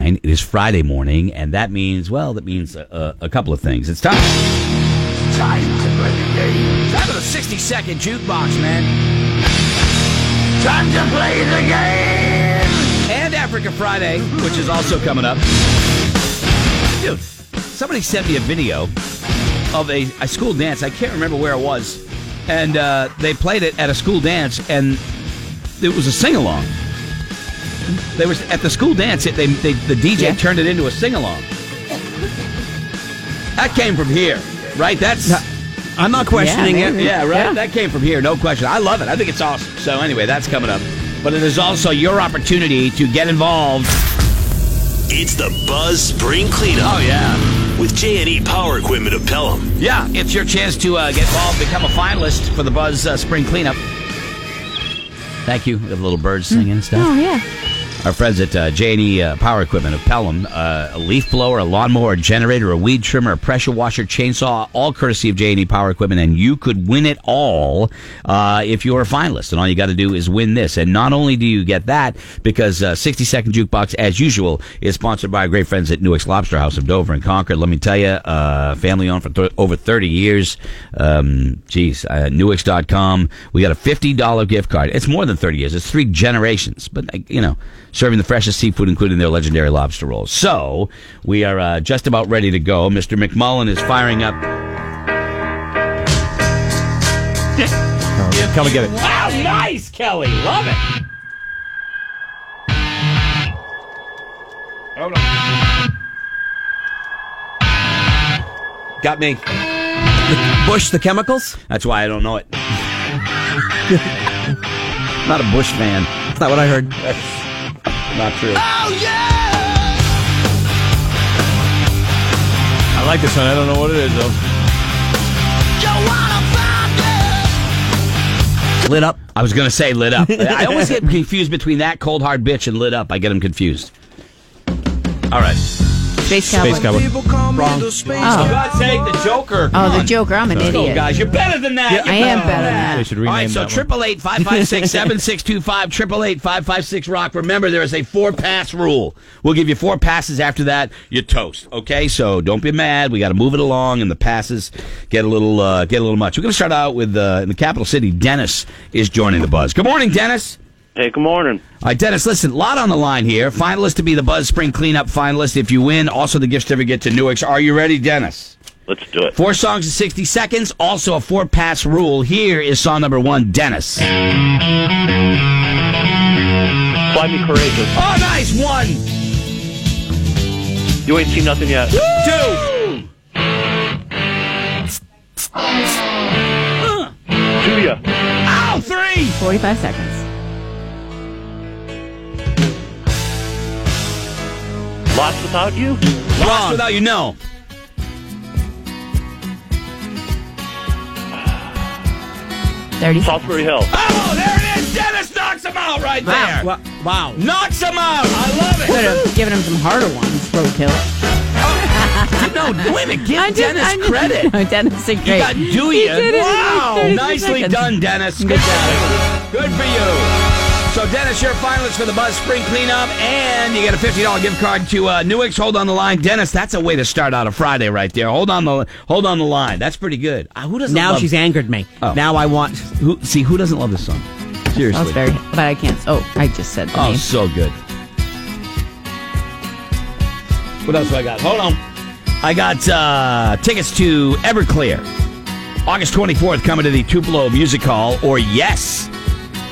nine. It is Friday morning, and that means, well, that means uh, a, a, a couple of things. It's time. Time to play the game. Time for the 60 second jukebox, man. Time to play the game. And Africa Friday, which is also coming up. Dude, somebody sent me a video of a, a school dance. I can't remember where it was. And uh, they played it at a school dance, and it was a sing along. They was at the school dance. It, they, they, the DJ Yeah. turned it into a sing along. That came from here, right? That's I'm not questioning Yeah, it. maybe. yeah, right. Yeah. That came from here, no question. I love it. I think it's awesome. So anyway, that's coming up. But it is also your opportunity to get involved. It's the Buzz Spring Cleanup Oh, yeah, with J&E Power Equipment of Pelham. yeah. It's your chance to uh, get involved, become a finalist for the Buzz uh, Spring Cleanup. Thank you. We have little birds singing and stuff. Oh yeah. Our friends at uh, J&E uh, Power Equipment of Pelham, uh, a leaf blower, a lawnmower, a generator, a weed trimmer, a pressure washer, chainsaw, all courtesy of J&E Power Equipment, and you could win it all uh, if you're a finalist. And all you got to do is win this. And not only do you get that, because uh, 60 Second Jukebox, as usual, is sponsored by our great friends at Newick's Lobster House of Dover and Concord. Let me tell you, uh, family owned for th- over 30 years. Um, geez, uh, Newick's.com. We got a $50 gift card. It's more than 30 years. It's three generations, but uh, you know, serving the freshest seafood, including their legendary lobster rolls. So we are uh, just about ready to go. Mr. McMullen is firing up. Come and get it. Wow, nice, Kelly. Love it. Hold on. Got me. Bush the chemicals? That's why I don't know it. Not a Bush fan. That's not what I heard. Not true. I like this one. I don't know what it is though. Lit up. I was gonna say lit up. I always get confused between that cold hard bitch and lit up. I get them confused. All right. Space Cowboy. Cowboy. Wrong. Oh. God's sake, the Joker. Come Oh, the on. Joker. I'm an Let's go, idiot. guys. You're better than that. I am better than They that. should All rename right, so that triple eight five five six seven six two five triple eight five five six rock. Remember, there is a four pass rule. We'll give you four passes. After that, you toast. Okay, so don't be mad. We got to move it along, and the passes get a little uh, get a little much. We're going to start out with uh, in the capital city. Dennis is joining the buzz. Good morning, Dennis. Hey, good morning. All right, Dennis, listen, a lot on the line here. Finalist to be the Buzz Spring Cleanup finalist. If you win, also the gift certificate to Newix. Are you ready, Dennis? Let's do it. Four songs in 60 seconds, also a four pass rule. Here is song number one, Dennis. Fly me courageous. Oh, nice. One, You ain't seen nothing yet. two. Do ya? Ow, three. 45 seconds. Lost without you? Lost without you, no. Thirty. Salisbury Hill. Oh, there it is. Dennis knocks him out right there. one. Wow. Knocks him out. I love Could it. have given him some harder ones. Roadkill. no, wait a minute. Give I did- Dennis I did- credit. No, Dennis did great. You got do He you? did it in Wow, 30 nicely seconds. done, Dennis. Good, Good job. Good for you. So, Dennis, you're finalist for the Buzz Spring Cleanup, and you get a $50 gift card to uh, Newix. Hold on the line, Dennis. That's a way to start out a Friday right there. Hold on the hold on the line. That's pretty good. Uh, who doesn't Now love- she's angered me. Oh. Now I want. who, see who doesn't love this song? That was Seriously, very. But I can't. Oh, I just said the oh, name. so good. What else do I got? Hold on. I got uh, tickets to Everclear. August 24th, coming to the Tupelo Music Hall, or yes,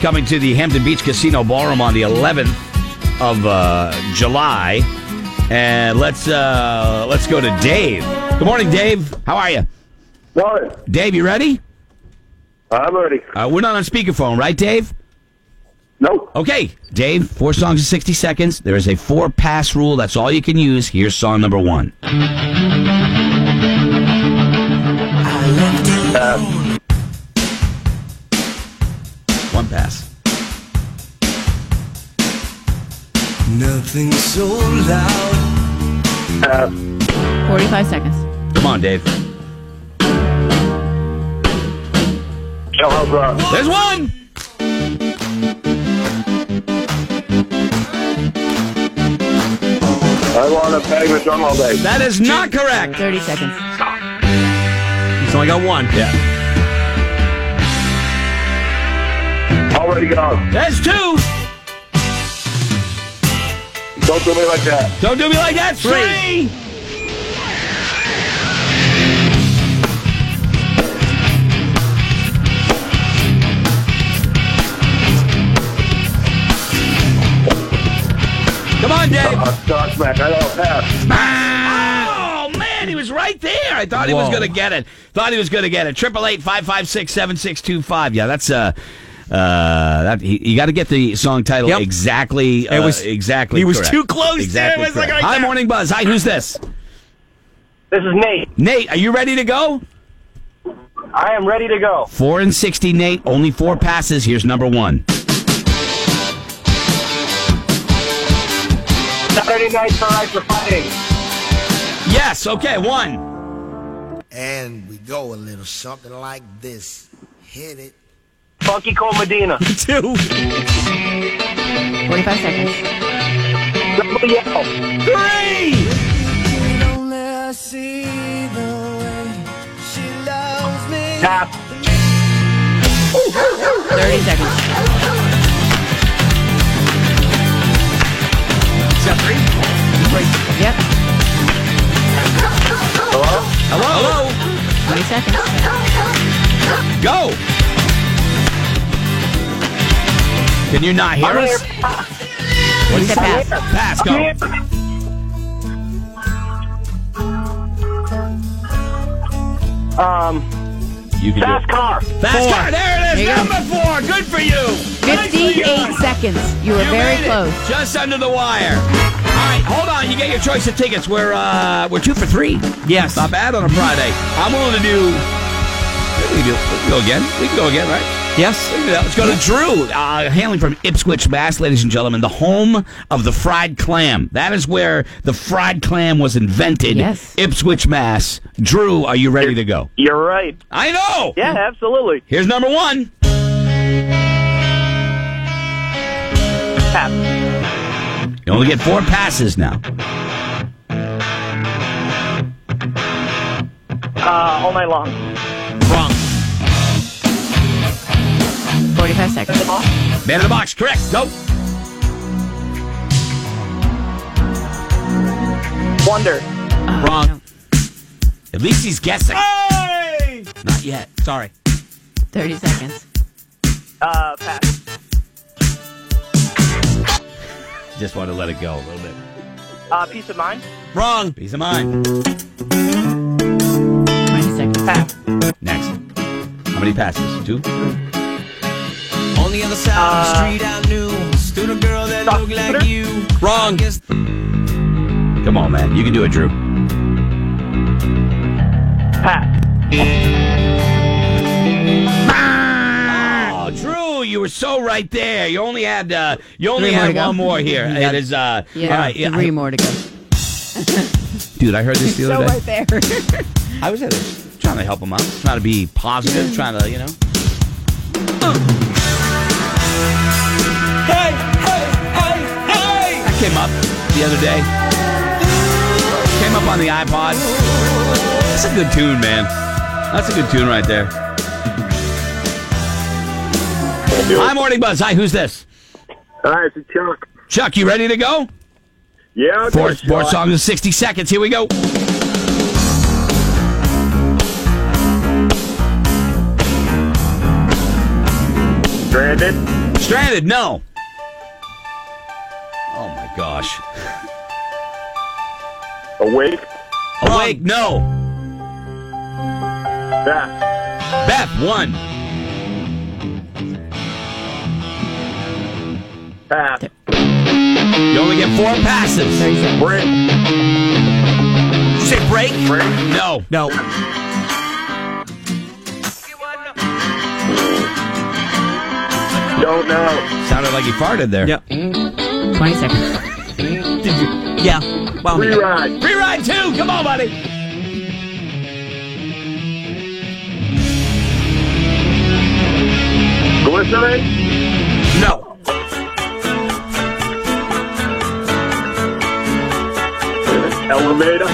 coming to the Hampton Beach Casino Ballroom on the 11th of uh, July. And let's uh, let's go to Dave. Good morning, Dave. How are you? Morning. Dave, you ready? I'm ready. Uh, we're not on speakerphone, right, Dave? Nope. Okay, Dave. Four songs in 60 seconds. There is a four pass rule. That's all you can use. Here's song number one. Uh, One pass. Nothing so loud. 45 seconds. Come on, Dave. Jailhouse Rock. There's one. Uh, I want to bang the drum all day. That is not correct. 30 seconds. He's only got one. Yeah. Already gone. That's two. Don't do me like that. Don't do me like that. Three. Come on, Dave. I'm stuck, man. I don't have. Oh man, he was right there. I thought he was Whoa. going to get it. Thought he was going to get it. Triple eight five five six seven six two five. Yeah, that's uh, uh, that he, you got to get the song title Yep. exactly. Uh, was- exactly. he was correct. too close there. Exactly It was like correct. right Hi, there. morning buzz. Hi, who's this? This is Nate. Nate, are you ready to go? I am ready to go. Four and sixty, Nate. Only four passes. Here's number one. Saturday night for right for fighting. Yes. Okay. One. And we go a little something like this. Hit it. Funky Cole Medina. Two. 45 seconds. Double yell. Three. Pass. 30 seconds. Yep. Hello. Hello. 20 seconds. Go. Can you not hear us? He said pass. Pass. Go. Um, You can do it. fast car. Fast Four. car. There it is. There you go. Number four. Good for you. Nicely 58 done. seconds. You were You very made it. close. Just under the wire. All right, hold on. You get your choice of tickets. We're uh, we're two for three. Yes. Not bad on a Friday. I'm willing to do. We can, do, we can go again. We can go again, right? Yes. We can do that. Let's go to Drew, uh, hailing from Ipswich, Mass, ladies and gentlemen, the home of the fried clam. That is where the fried clam was invented. Yes. Ipswich, Mass. Drew, are you ready to go? You're right. I know. Yeah, absolutely. Here's number one. Pass. You only get four passes now. Uh, all night long. Wrong. 45 seconds. Man in the box, correct. Go. Wonder. Oh, Wrong. no. At least he's guessing. Hey! Not yet. Sorry. 30 seconds. Uh, pass. Just want to let it go a little bit. Uh, peace of mind. Wrong. Peace of mind. 20 seconds. Pass. Next. How many passes? Two? On the other side Uh, of the street, I knew stood a girl that Doc looked like Twitter? you. Wrong. Guess Come on, man. You can do it, Drew. Pass. Oh, Drew, you were so right there. You only had uh, you only Three more had to go. one more here. It is uh Yeah, all right, yeah, three I- more to go. dude, I heard this the So other right day. there. I was at a, trying to help him out, trying to be positive, trying to, you know. Hey, hey, hey, I came up the other day. Came up on the iPod. That's a good tune, man. That's a good tune right there. Hi, Morning Buzz. Hi, who's this? All right, it's Chuck. Chuck, you ready to go? Yeah. I'll Four, do it, four Chuck. songs in 60 seconds. Here we go. Stranded. Stranded, no. Oh, my gosh. Awake. Awake, no. That. Beth, one. Pass. You only get four passes. 30 seconds. Break. Did you say break? Break. No. No. Don't know. Sounded like he farted there. Yeah. 20 seconds. Yeah. Well, Reride. Free ride two. Come on, buddy. Glycerin. no. Elevator.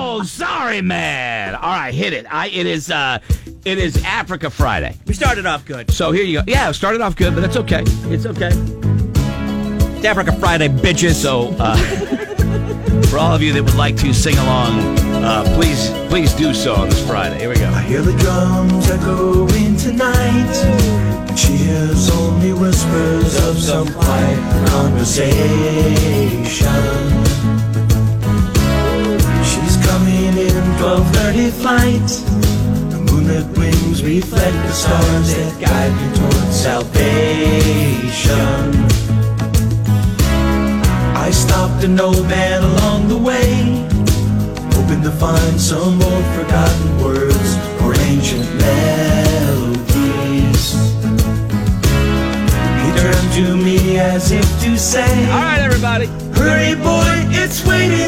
Oh, sorry, man. All right, hit it. I it is uh it is Africa Friday. We started off good. So here you go. Yeah, it started off good, but that's okay. It's okay. It's Africa Friday, bitches. So uh, for all of you that would like to sing along, uh, please please do so on this Friday. Here we go. Hear the drums echoing tonight. She hears only whispers of some quiet conversation. She's coming in 12:30 flight. The moonlit wings reflect the stars that guide you towards salvation. I stopped an old man along the way hoping to find some old forgotten words or ancient melodies. He turned to me as if to say, All right, everybody. Hurry, boy, it's waiting.